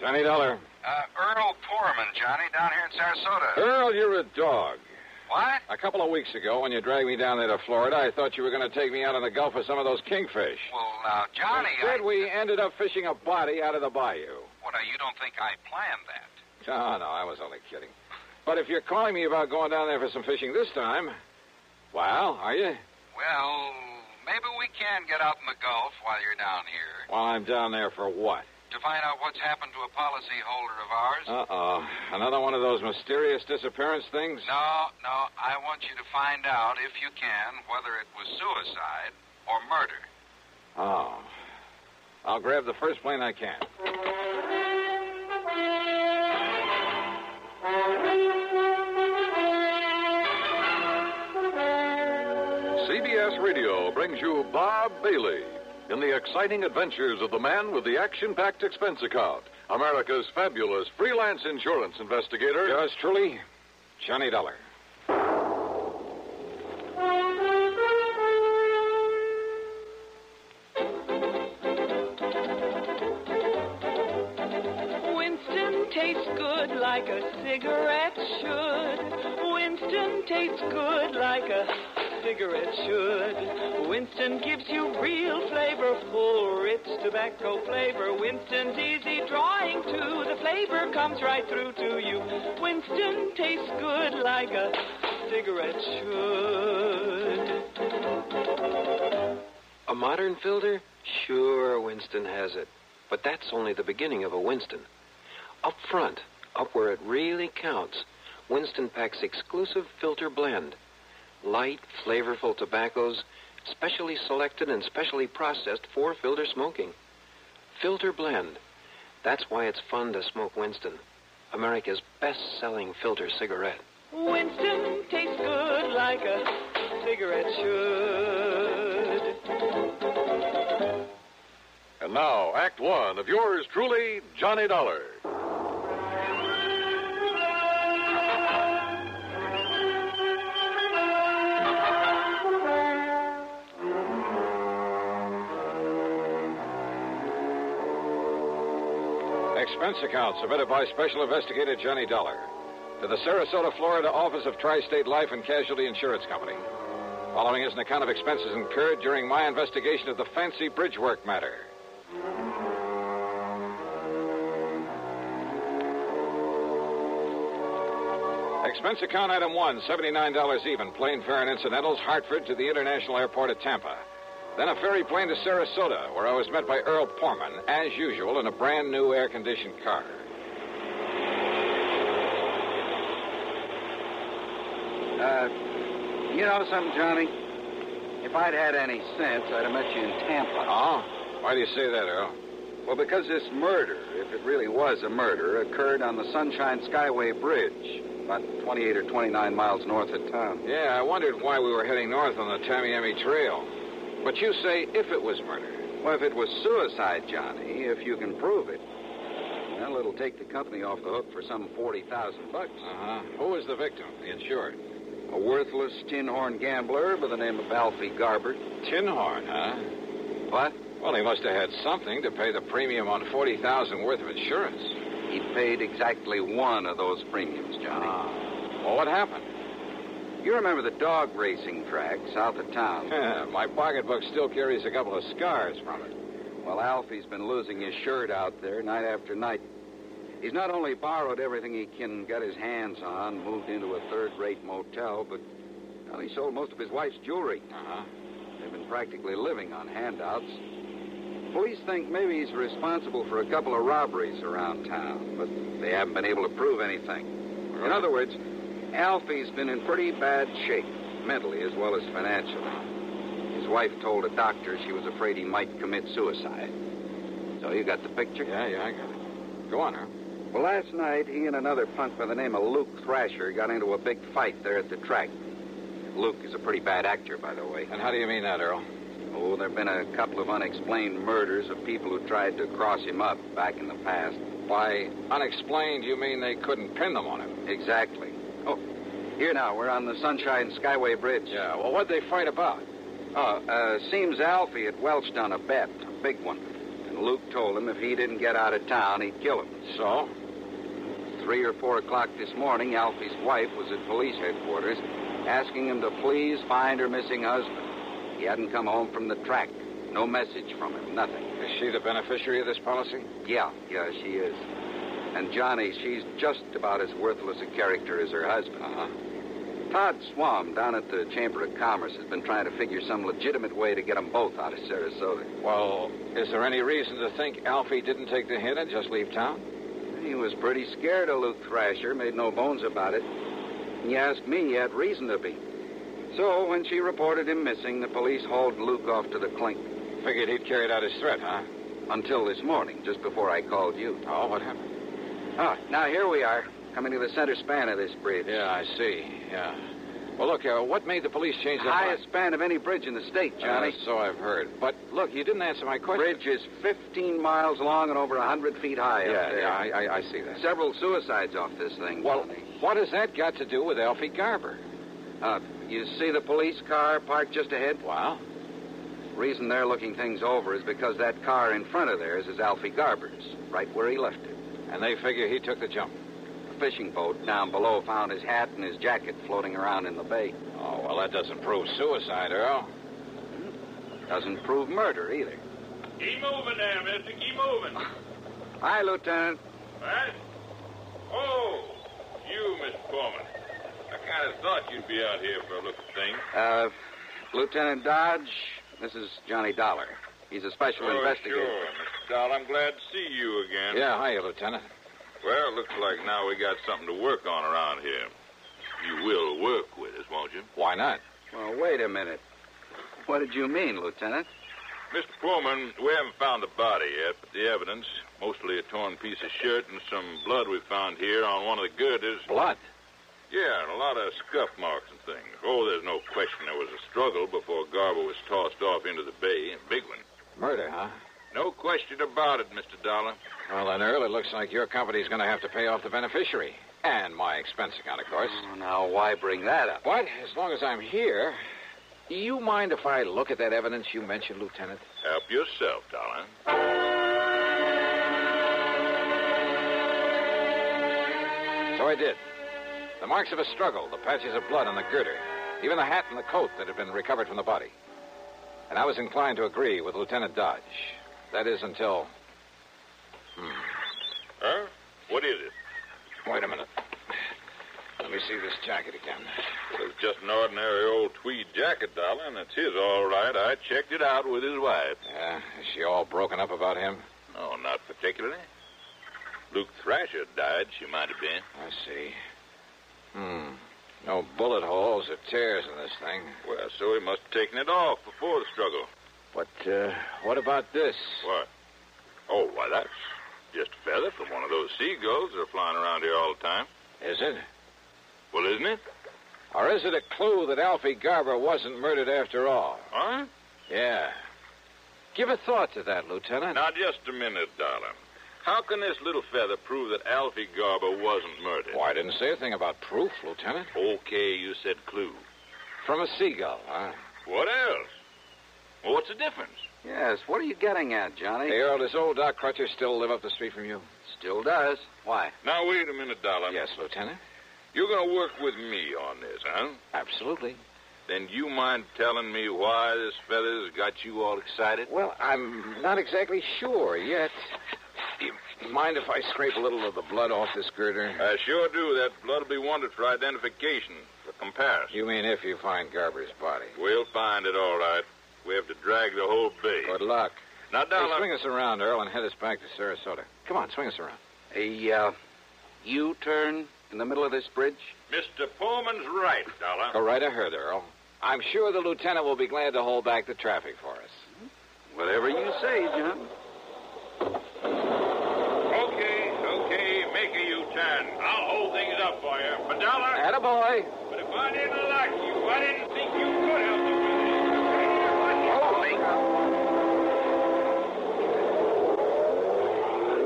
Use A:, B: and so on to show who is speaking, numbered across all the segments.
A: Johnny Dollar.
B: Uh, Earl Poorman, Johnny, down here in Sarasota.
A: Earl, you're a dog.
B: What?
A: A couple of weeks ago, when you dragged me down there to Florida, I thought you were going to take me out in the Gulf for some of those kingfish.
B: Well, now, Johnny,
A: Instead,
B: I...
A: we ended up fishing a body out of the bayou. Oh,
B: What, now, you don't think I planned that?
A: No, no, I was only kidding. But if you're calling me about going down there for some fishing this time, well, are you?
B: Well, maybe we can get out in the Gulf while you're down here
A: Well, I'm down there for what?
B: to find out what's happened to a policyholder of ours.
A: Uh oh. Another one of those mysterious disappearance things?
B: No, no, I want you to find out, if you can, whether it was suicide or murder.
A: Oh. I'll grab the first plane I can.
C: CBS Radio brings you Bob Bailey in the exciting adventures of the man with the action packed expense account, America's fabulous freelance insurance investigator.
A: Yours truly, Johnny Dollar.
D: Winston tastes good like a cigarette should. Winston tastes good like a cigarette should. Winston gives you real flavor, full, rich tobacco flavor. Winston's easy drawing too. The flavor comes right through to you. Winston tastes good like a cigarette should.
E: A modern filter? Sure, Winston has it. But that's only the beginning of a Winston. Up front, up where it really counts, Winston packs exclusive filter blend. Light, flavorful tobaccos, specially selected and specially processed for filter smoking. Filter blend. That's why it's fun to smoke Winston, America's best selling filter cigarette.
D: Winston tastes good like a cigarette should.
C: And now, Act One of yours truly, Johnny Dollar.
A: Expense account submitted by Special Investigator Johnny Dollar to the Sarasota, Florida Office of Tri State Life and Casualty Insurance Company. Following is an account of expenses incurred during my investigation of the Fancy Bridge Work matter. Expense account item one, $79 even, plane fare and incidentals, Hartford to the International Airport at Tampa. Then a ferry plane to Sarasota, where I was met by Earl Porman, as usual, in a brand new air conditioned car.
B: Uh, you know something, Johnny? If I'd had any sense, I'd have met you in Tampa.
A: Oh? Why do you say that, Earl?
B: Well, because this murder, if it really was a murder, occurred on the Sunshine Skyway Bridge.
A: about 28 or 29 miles north of town.
F: Yeah, I wondered why we were heading north on the Tamiami Trail. But you say if it was murder.
A: Well, if it was suicide, Johnny, if you can prove it, well, it'll take the company off the hook for some 40,000 bucks.
F: Uh-huh. Who was the victim? The insured.
A: A worthless tin-horn gambler by the name of Alfie Garber.
F: Tinhorn, huh?
A: What?
F: Well, he must have had something to pay the premium on 40000 worth of insurance.
A: He paid exactly one of those premiums, Johnny. Uh,
F: Well, what happened?
A: You remember the dog racing track south of town?
F: Yeah, my pocketbook still carries a couple of scars from it.
A: Well, Alfie's been losing his shirt out there night after night. He's not only borrowed everything he can get his hands on, moved into a third rate motel, but well, he sold most of his wife's jewelry.
F: Uh-huh.
A: They've been practically living on handouts. Police think maybe he's responsible for a couple of robberies around town, but they haven't been able to prove anything. In other words, Alfie's been in pretty bad shape, mentally as well as financially. His wife told a doctor she was afraid he might commit suicide. So you got the picture?
F: Yeah, yeah, I got it. Go on, huh?
A: Well, last night, he and another punk by the name of Luke Thrasher got into a big fight there at the track. Luke is a pretty bad actor, by the way.
F: And how do you mean that, Earl?
A: Oh, there have been a couple of unexplained murders of people who tried to cross him up back in the past.
F: By unexplained, you mean they couldn't pin them on him?
A: Exactly. Oh, here now, we're on the Sunshine Skyway Bridge.
F: Yeah, well, what'd they fight about?
A: Oh, uh, seems Alfie had welched on a bet, a big one. And Luke told him if he didn't get out of town, he'd kill him.
F: So?
A: Three or four o'clock this morning, Alfie's wife was at police headquarters asking him to please find her missing husband. He hadn't come home from the track. No message from him, nothing.
F: Is she the beneficiary of this policy?
A: Yeah, yeah, she is. And Johnny, she's just about as worthless a character as her husband.
F: Uh-huh.
A: Todd Swam down at the Chamber of Commerce has been trying to figure some legitimate way to get them both out of Sarasota.
F: Well, is there any reason to think Alfie didn't take the hint and just leave town?
A: He was pretty scared of Luke Thrasher, made no bones about it. He asked me, he had reason to be. So when she reported him missing, the police hauled Luke off to the clink
F: Figured he'd carried out his threat, huh?
A: until this morning, just before I called you.
F: Oh, what happened?
A: Ah, now here we are, coming to the center span of this bridge.
F: Yeah, I see. Yeah. Well, look, uh, what made the police change
A: The
F: their mind?
A: highest span of any bridge in the state, Johnny.
F: Uh, so I've heard. But look, you didn't answer my
A: The
F: question.
A: bridge is 15 miles long and over 100 feet high
F: Yeah,
A: up there.
F: yeah, I, I, I see that.
A: Several suicides off this thing.
F: well,
A: Johnny.
F: what has that got to do with Alfie Garber?
A: Uh, you see the police car parked just ahead?
F: Well,
A: reason they're looking things over is because that car in front of theirs is Alfie Garber's, right where he left it.
F: and they figure he took the jump.
A: The fishing boat down below found his hat and his jacket floating around in the bay.
F: Oh, well, that doesn't prove suicide, Earl.
A: Doesn't prove murder either.
G: Keep moving there, mister. Keep moving.
A: Hi, Lieutenant.
G: What? Oh, you, Miss Foreman. I kind of thought you'd be out here for a look at things.
A: Uh, Lieutenant Dodge, this is Johnny Dollar. He's a special
G: oh,
A: investigator.
G: sure, Mr. Doll. I'm glad to see you again.
F: Yeah, hiya, Lieutenant.
G: Well, looks like now we got something to work on around here. You will work with us, won't you?
F: Why not?
A: Well, wait a minute. What did you mean, Lieutenant?
G: Mr. Foreman, we haven't found the body yet, but the evidence, mostly a torn piece of shirt and some blood we found here on one of the girders.
F: Blood.
G: Yeah, and a lot of scuff marks and things. Oh, there's no question there was a struggle before Garber was tossed off into the bay. A big one.
F: Murder, huh?
G: No question about it, Mr. Dollar.
F: Well, then, Earl, it looks like your company's going to have to pay off the beneficiary. And my expense account, of course.
A: Oh, now, why bring that up?
F: But as long as I'm here, do you mind if I look at that evidence you mentioned, Lieutenant?
G: Help yourself, Dollar.
F: So I did. The marks of a struggle, the patches of blood on the girder, even the hat and the coat that had been recovered from the body. And I was inclined to agree with Lieutenant Dodge. That is until.
G: Huh? What is it?
F: Wait a minute. Let me see this jacket again.
G: Well, it's just an ordinary old tweed jacket, Dollar, and it's his all right. I checked it out with his wife.
F: Yeah, is she all broken up about him?
G: No, not particularly. Luke Thrasher died, she might have been.
F: I see. Hmm. No bullet holes or tears in this thing.
G: Well, so he must have taken it off before the struggle.
F: But uh, what about this?
G: What? Oh, why, that's just a feather from one of those seagulls that are flying around here all the time.
F: Is it?
G: Well, isn't it?
A: Or is it a clue that Alfie Garber wasn't murdered after all?
G: Huh?
A: Yeah. Give a thought to that, Lieutenant.
G: Now, just a minute, darling. How can this little feather prove that Alfie Garber wasn't murdered?
A: Why, I didn't say a thing about proof, Lieutenant.
G: Okay, you said clue.
A: From a seagull, huh?
G: What else? Well, what's the difference?
B: Yes, what are you getting at, Johnny?
A: Harold, does old Doc Crutcher still live up the street from you?
B: Still does. Why?
G: Now, wait a minute, darling.
A: Yes, Lieutenant.
G: You're going to work with me on this, huh?
A: Absolutely.
G: Then you mind telling me why this feather's got you all excited?
A: Well, I'm not exactly sure yet. You mind if I scrape a little of the blood off this girder?
G: I sure do. That blood will be wanted for identification, for comparison.
A: You mean if you find Garber's body?
G: We'll find it all right. We have to drag the whole bay.
A: Good luck.
G: Now,
A: Hey,
G: darling.
A: swing us around, Earl, and head us back to Sarasota. Come on, swing us around.
B: A uh, U-turn in the middle of this bridge?
G: Mr. Pullman's right, Dollar.
A: Go right ahead, Earl. I'm sure the lieutenant will be glad to hold back the traffic for us.
B: Whatever you say, John.
G: Okay, okay, make a U-turn. I'll hold things up for you. But, Dollar,
A: Attaboy.
G: but if I didn't like you, I didn't think you could help the Holy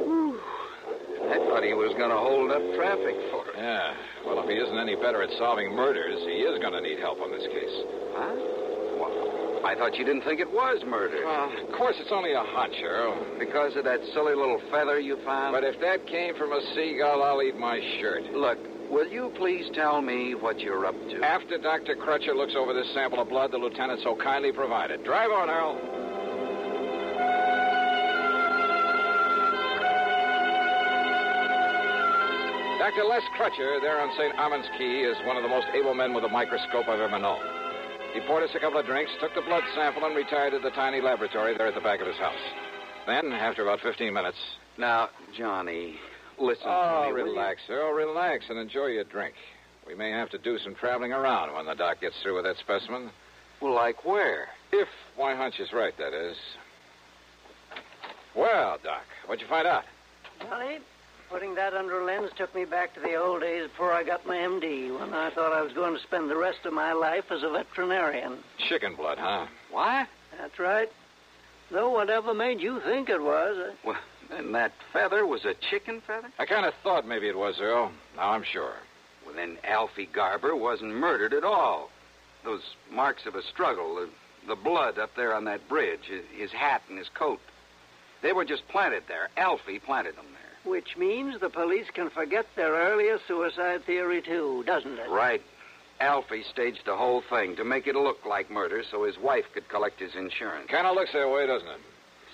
B: I thought he was going to hold up traffic for us.
A: Yeah. Well, if he isn't any better at solving murders, he is going to need help on this case.
B: Huh? Well, I thought you didn't think it was murder.
A: Well, of course, it's only a hunch, Earl.
B: because of that silly little feather you found?
A: But if that came from a seagull, I'll eat my shirt.
B: Look, will you please tell me what you're up to?
A: After Dr. Crutcher looks over this sample of blood the lieutenant so kindly provided. Drive on, Earl. Dr. Les Crutcher, there on St. Armand's Key, is one of the most able men with a microscope I've ever known. He poured us a couple of drinks, took the blood sample, and retired to the tiny laboratory there at the back of his house. Then, after about 15 minutes.
B: Now, Johnny, listen to
A: Oh,
B: me. will you?
A: relax, Earl, relax, and enjoy your drink. We may have to do some traveling around when the doc gets through with that specimen.
B: Well, like where?
A: If my hunch is right, that is. Well, Doc, what'd you find out?
H: Johnny, putting that under a lens took me back to the old days before I got my MD, when I thought I was going to spend the rest of my life as a veterinarian.
A: Chicken blood, huh?
B: Why?
H: That's right. Though whatever made you think it was,
B: Well, then that feather was a chicken feather?
A: I kind of thought maybe it was, Earl. Now I'm sure.
B: Well, then Alfie Garber wasn't murdered at all. Those marks of a struggle, the, the blood up there on that bridge, his, his hat and his coat, they were just planted there. Alfie planted them there.
H: which means the police can forget their earlier suicide theory, too, doesn't it?
B: Right. Alfie staged the whole thing to make it look like murder so his wife could collect his insurance.
A: Kind of looks that way, doesn't it?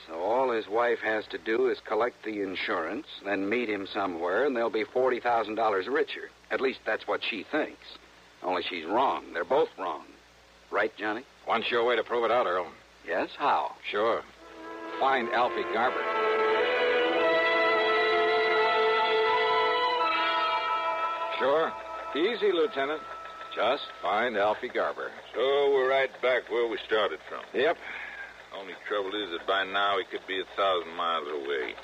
B: So all his wife has to do is collect the insurance, then meet him somewhere, and they'll be $40,000 richer. At least that's what she thinks. Only she's wrong. They're both wrong. Right, Johnny?
A: One sure way to prove it out, Earl.
B: Yes? How?
A: Sure. Find Alfie Garber. Sure. Easy, Lieutenant. Just find Alfie Garber.
G: So we're right back where we started from.
A: Yep.
G: Only trouble is that by now he could be a thousand miles away.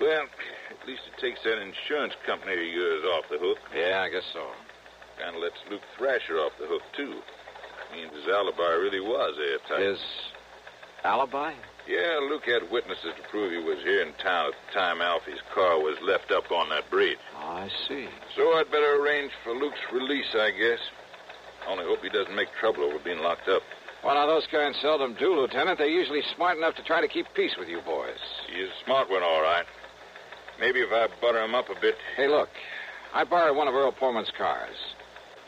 G: Well, at least it takes that insurance company of yours off the hook.
A: Yeah, I guess so.
G: Kind of lets Luke Thrasher off the hook, too. Means his alibi really was airtight.
A: His alibi?
G: Yeah, Luke had witnesses to prove he was here in town at the time Alfie's car was left up on that bridge.
A: Ah, I see.
G: So I'd better arrange for Luke's release, I guess. Only hope he doesn't make trouble over being locked up.
A: Well, now, those kind seldom do, Lieutenant. They're usually smart enough to try to keep peace with you boys.
G: He's a smart one, all right. Maybe if I butter him up a bit.
A: Hey, look. I borrowed one of Earl Pullman's cars.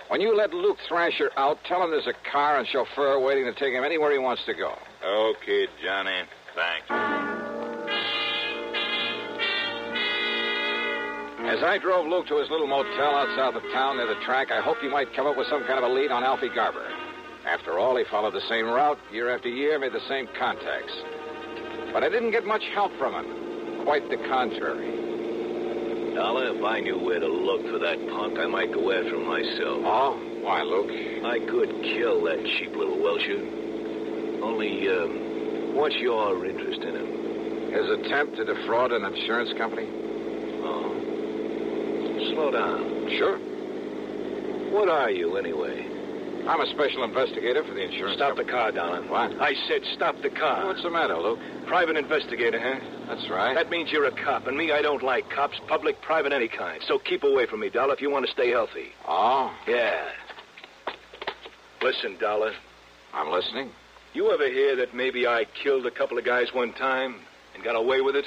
A: When you let Luke Thrasher out, tell him there's a car and chauffeur waiting to take him anywhere he wants to go.
G: Okay, Johnny. Thanks.
A: As I drove Luke to his little motel out south of town near the track, I hoped he might come up with some kind of a lead on Alfie Garber. After all, he followed the same route year after year, made the same contacts. But I didn't get much help from him. Quite the contrary.
E: Dollar, if I knew where to look for that punk, I might go after him myself.
A: Oh? Why, Luke?
E: I could kill that cheap little Welcher. Only, um, what's your interest in him?
A: His attempt to defraud an insurance company?
E: Oh. Slow down.
A: Sure.
I: What are you, anyway?
A: I'm a special investigator for the insurance
I: Stop the car, Donna. What? I said stop the car.
A: What's the matter, Luke?
I: Private investigator, huh?
A: That's right.
I: That means you're a cop, and me, I don't like cops, public, private, any kind. So keep away from me, Dollar, if you want to stay healthy.
A: Oh,
I: Yeah. Listen, Dollar,
A: I'm listening.
I: you ever hear that maybe I killed a couple of guys one time and got away with it?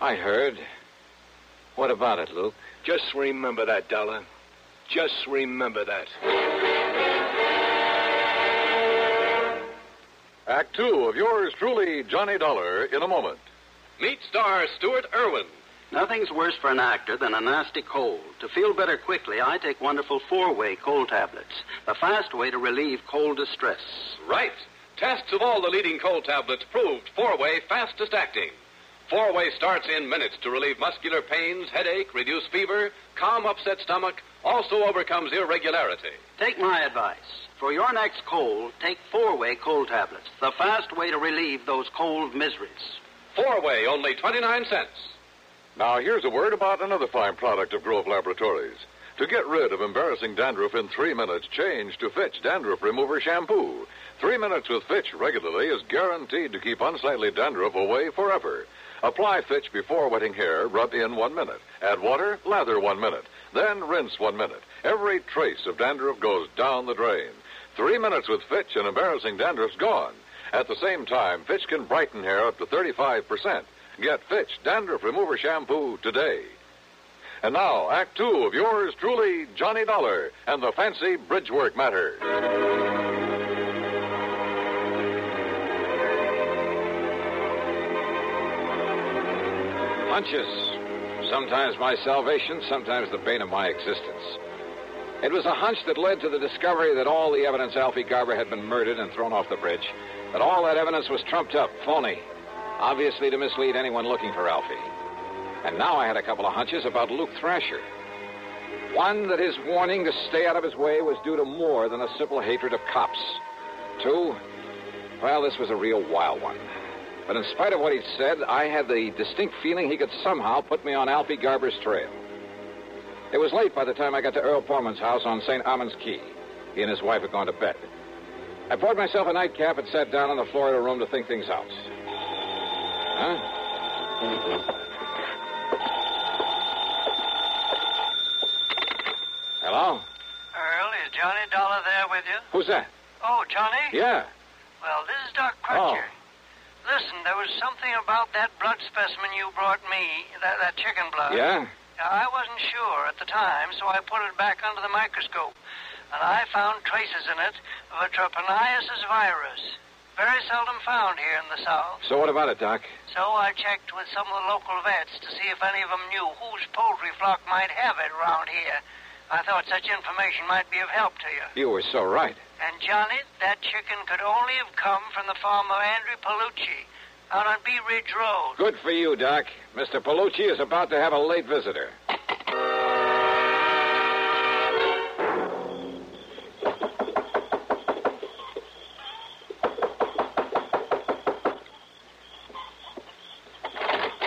A: I heard. What about it, Luke?
I: Just remember that, Dollar. Just remember that.
C: Act two of yours truly, Johnny Dollar, in a moment.
J: Meet star Stuart Irwin. Nothing's worse for an actor than a nasty cold. To feel better quickly, I take wonderful four way cold tablets, the fast way to relieve cold distress.
K: Right. Tests of all the leading cold tablets proved four way fastest acting. Four way starts in minutes to relieve muscular pains, headache, reduce fever, calm upset stomach, also overcomes irregularity.
J: Take my advice. For your next cold, take four way cold tablets, the fast way to relieve those cold miseries.
K: Four way, only 29 cents.
C: Now, here's a word about another fine product of Grove Laboratories. To get rid of embarrassing dandruff in three minutes, change to Fitch Dandruff Remover Shampoo. Three minutes with Fitch regularly is guaranteed to keep unsightly dandruff away forever. Apply Fitch before wetting hair, rub in one minute. Add water, lather one minute. Then rinse one minute. Every trace of dandruff goes down the drain. Three minutes with Fitch and embarrassing dandruff's gone. At the same time, Fitch can brighten hair up to 35%. Get Fitch Dandruff Remover Shampoo today. And now, Act Two of yours truly, Johnny Dollar and the Fancy Bridgework Matter.
A: Hunches. Sometimes my salvation, sometimes the bane of my existence. It was a hunch that led to the discovery that all the evidence Alfie Garber had been murdered and thrown off the bridge, that all that evidence was trumped up, phony, obviously to mislead anyone looking for Alfie. And now I had a couple of hunches about Luke Thrasher. One, that his warning to stay out of his way was due to more than a simple hatred of cops. Two, well, this was a real wild one. But in spite of what he said, I had the distinct feeling he could somehow put me on Alfie Garber's trail. It was late by the time I got to Earl Foreman's house on St. Armand's Quay. He and his wife had gone to bed. I poured myself a nightcap and sat down on the floor of the room to think things out. Huh? Hello?
H: Earl, is Johnny Dollar there with you?
A: Who's that?
H: Oh, Johnny?
A: Yeah. Oh.
H: Well, this is Doc Crutcher. Listen, there was something about that blood specimen you brought me, that, that chicken blood.
A: Yeah?
H: I wasn't sure at the time, so I put it back under the microscope. And I found traces in it of a trypanosis virus. Very seldom found here in the South.
A: So what about it, Doc?
H: So I checked with some of the local vets to see if any of them knew whose poultry flock might have it around here. I thought such information might be of help to you.
A: You were so right.
H: And Johnny, that chicken could only have come from the farm of Andrew Palucci out on Bee Ridge Road.
A: Good for you, Doc. Mr. Palucci is about to have a late visitor.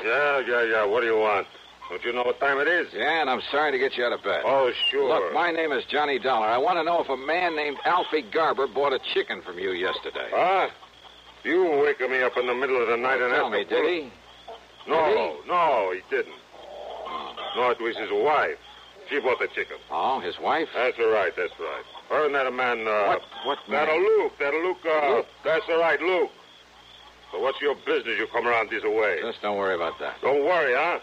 L: Yeah, yeah, yeah. What do you want? Don't you know what time it is?
A: Yeah, and I'm sorry to get you out of bed.
L: Oh, sure.
A: Look, my name is Johnny Dollar. I want to know if a man named Alfie Garber bought a chicken from you yesterday.
L: Huh? You waking me up in the middle of the night and
A: Tell
L: ask
A: me,
L: to
A: did
L: pull-
A: he?
L: No, no, he didn't. No, it was his wife. She bought the chicken.
A: Oh, his wife?
L: That's all right. That's all right. Her and that a man. Uh,
A: What- what
L: That a
A: man?
L: Luke. That a Luke. Uh, That's all right, Luke. So what's your business? You come around this way.
A: Just don't worry about that.
L: Don't worry, huh?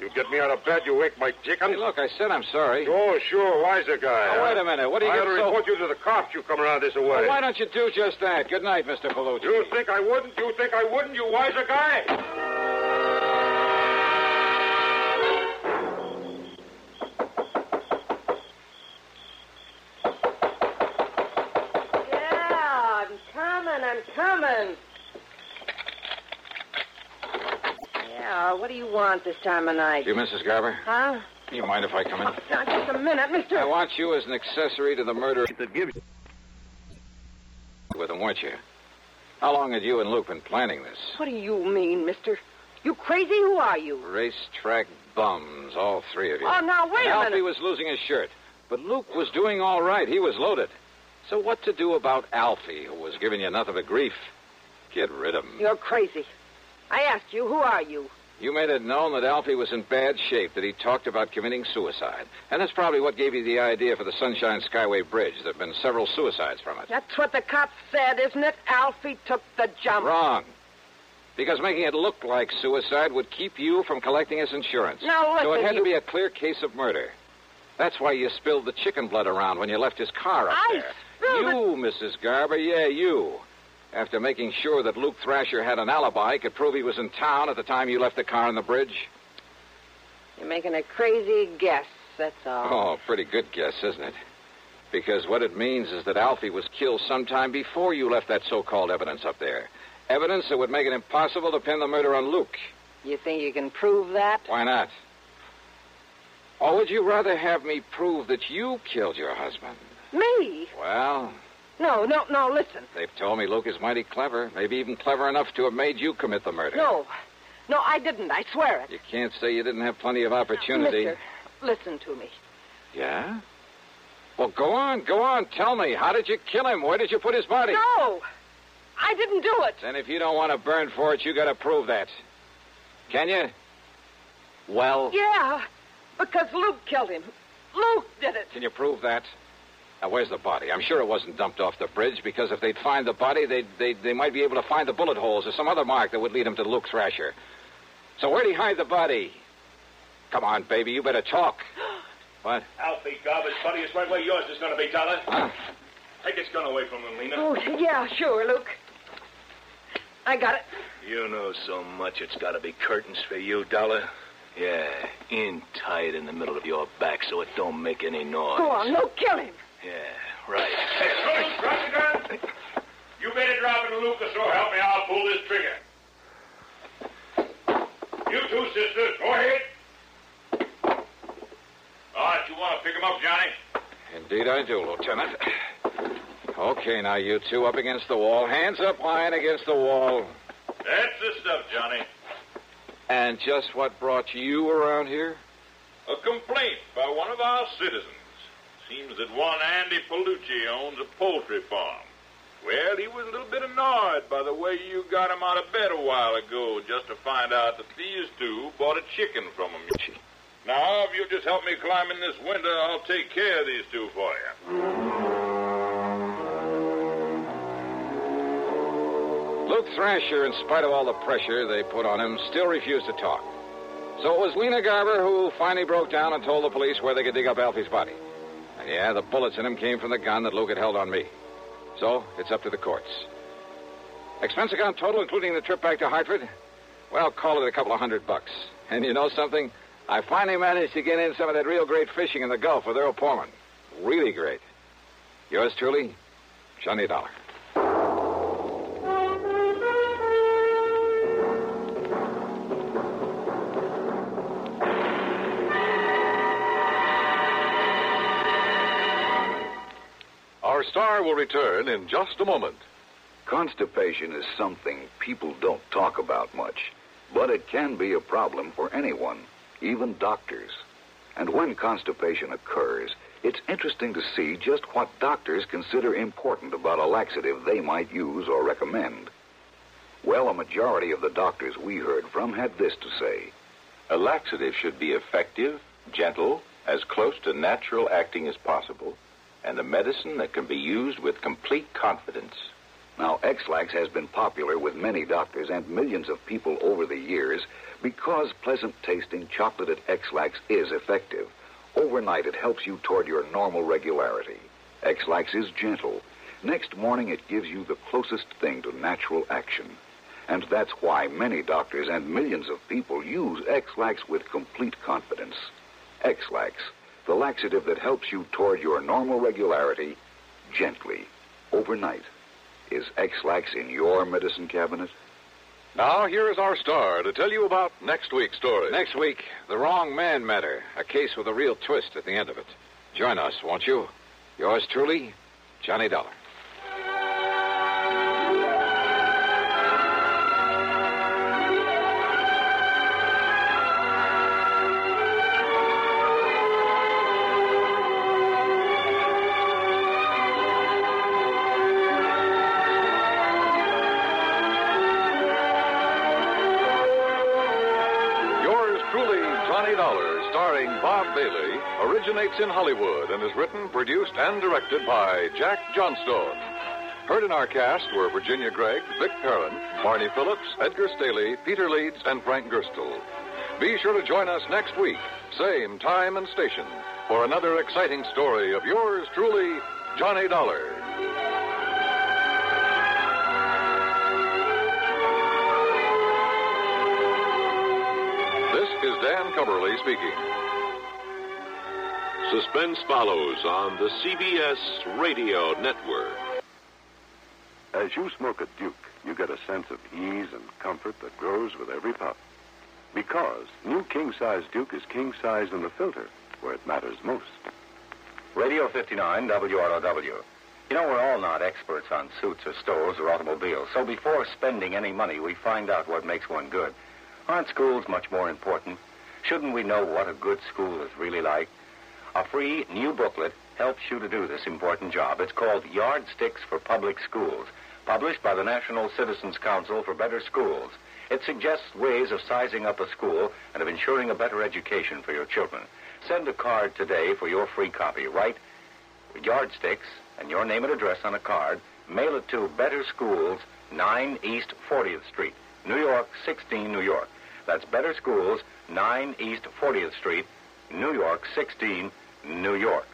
L: You get me out of bed. You wake my chicken.
A: look, I said I'm sorry.
L: Oh, sure, wiser guy.
A: Now,
L: huh?
A: wait a minute. What do you
L: I
A: get
L: ought to
A: so-
L: report you to the cops. You come around this way.
A: Well, why don't you do just that? Good night, Mr. Palucci.
L: You think I wouldn't? You think I wouldn't, you wiser guy?
M: Yeah, I'm coming, I'm coming. Yeah, what do you want this time of night?
A: You, Mrs. Garber?
M: Huh?
A: Do you mind if I come in?
M: Now, just a minute, mister.
A: I want you as an accessory to the murder that gives with him, weren't you? How long had you and Luke been planning this?
M: What do you mean, mister? You crazy? Who are you?
A: Racetrack bums, all three of you.
M: Oh, now, wait
A: and
M: a
A: Alfie
M: minute.
A: was losing his shirt. But Luke was doing all right. He was loaded. So what to do about Alfie, who was giving you nothing but grief? Get rid of him.
M: You're crazy. I asked you, who are you?
A: You made it known that Alfie was in bad shape, that he talked about committing suicide. And that's probably what gave you the idea for the Sunshine Skyway Bridge. There have been several suicides from it.
M: That's what the cops said, isn't it? Alfie took the jump.
A: Wrong. Because making it look like suicide would keep you from collecting his insurance.
M: Now,
A: so it
M: listen,
A: had
M: you-
A: to be a clear case of murder. That's why you spilled the chicken blood around when you left his car up
M: I
A: there. You, Mrs. Garber, yeah, you. After making sure that Luke Thrasher had an alibi, could prove he was in town at the time you left the car on the bridge.
M: You're making a crazy guess, that's all.
A: Oh, pretty good guess, isn't it? Because what it means is that Alfie was killed sometime before you left that so called evidence up there. Evidence that would make it impossible to pin the murder on Luke.
M: You think you can prove that?
A: Why not? Or would you rather have me prove that you killed your husband?
M: Me?
A: Well,
M: No, no, no, listen.
A: they've told me Luke is mighty clever, maybe even clever enough to have made you commit the murder.
M: No. No, I didn't. I swear it.
A: You can't say you didn't have plenty of opportunity.
M: Mister, listen to me.
A: Yeah? Well, go on, go on. Tell me. How did you kill him? Where did you put his body?
M: No! I didn't do it.
A: Then if you don't want to burn for it, you got to prove that. Can you? Well,
M: Yeah, because Luke killed him. Luke did it.
A: can you prove that? Now, where's the body? I'm sure it wasn't dumped off the bridge because if they'd find the body, they'd, they they might be able to find the bullet holes or some other mark that would lead them to Luke Thrasher. So where'd he hide the body? Come on, baby, you better talk. What?
L: Alfie Garber's buddy is right where yours is going to be, Dollar. Take his gun away from him, Lena.
M: Oh, yeah, sure, Luke. I got it.
I: You know so much, it's got to be curtains for you, Dollar. Yeah, in tight in the middle of your back so it don't make any noise.
M: Go on, Luke, kill him.
I: Yeah, right.
L: Hey, Cruz, drop the gun. You better drop it to Lucas or help me. I'll pull this trigger. You two sisters, go ahead. All right, you want to pick him up, Johnny?
A: Indeed, I do, Lieutenant. Okay, now you two up against the wall, hands up high and against the wall.
L: That's the stuff, Johnny.
A: And just what brought you around here?
L: A complaint by one of our citizens. Seems that one Andy Palucci owns a poultry farm. Well, he was a little bit annoyed by the way you got him out of bed a while ago, just to find out that these two bought a chicken from him. Now, if you'll just help me climb in this window, I'll take care of these two for you.
A: Luke Thrasher, in spite of all the pressure they put on him, still refused to talk. So it was Lena Garber who finally broke down and told the police where they could dig up Alfie's body. And yeah, the bullets in him came from the gun that Luke had held on me. So it's up to the courts. Expense account total, including the trip back to Hartford? Well, call it a couple of hundred bucks. And you know something? I finally managed to get in some of that real great fishing in the Gulf with Earl Portman. Really great. Yours truly, Johnny Dollar.
K: Our star will return in just a moment.
F: Constipation is something people don't talk about much, but it can be a problem for anyone, even doctors. And when constipation occurs, it's interesting to see just what doctors consider important about a laxative they might use or recommend. Well, a majority of the doctors we heard from had this to say.
N: A laxative should be effective, gentle, as close to natural acting as possible, and a medicine that can be used with complete confidence.
F: Now, X-Lax has been popular with many doctors and millions of people over the years because pleasant tasting chocolated X-Lax is effective. Overnight, it helps you toward your normal regularity. X-Lax is gentle. Next morning, it gives you the closest thing to natural action. And that's why many doctors and millions of people use X-Lax with complete confidence. X-Lax, the laxative that helps you toward your normal regularity gently, overnight. Is X-Lax in your medicine cabinet?
K: Now, here is our star to tell you about next week's story.
A: Next week, The Wrong Man Matter, a case with a real twist at the end of it. Join us, won't you? Yours truly, Johnny Dollar.
C: starring Bob Bailey, originates in Hollywood and is written, produced, and directed by Jack Johnstone. Heard in our cast were Virginia Gregg, Vic Perrin, Barney Phillips, Edgar Staley, Peter Leeds, and Frank Gerstel. Be sure to join us next week, same time and station, for another exciting story of yours truly, Johnny Dollar. This is Dan Cumberly speaking.
O: Suspense follows on the CBS Radio Network.
P: As you smoke a Duke, you get a sense of ease and comfort that grows with every puff. Because new king size Duke is king size in the filter, where it matters most.
Q: Radio 59, WROW. You know, we're all not experts on suits or stoves or automobiles, so before spending any money, we find out what makes one good. Aren't schools much more important? Shouldn't we know what a good school is really like? A free new booklet helps you to do this important job. It's called Yardsticks for Public Schools, published by the National Citizens Council for Better Schools. It suggests ways of sizing up a school and of ensuring a better education for your children. Send a card today for your free copy. Write Yardsticks and your name and address on a card. Mail it to Better Schools, 9 East 40th Street, New York, 16, New York. That's Better Schools, 9 East 40th Street, New York, 16, New York.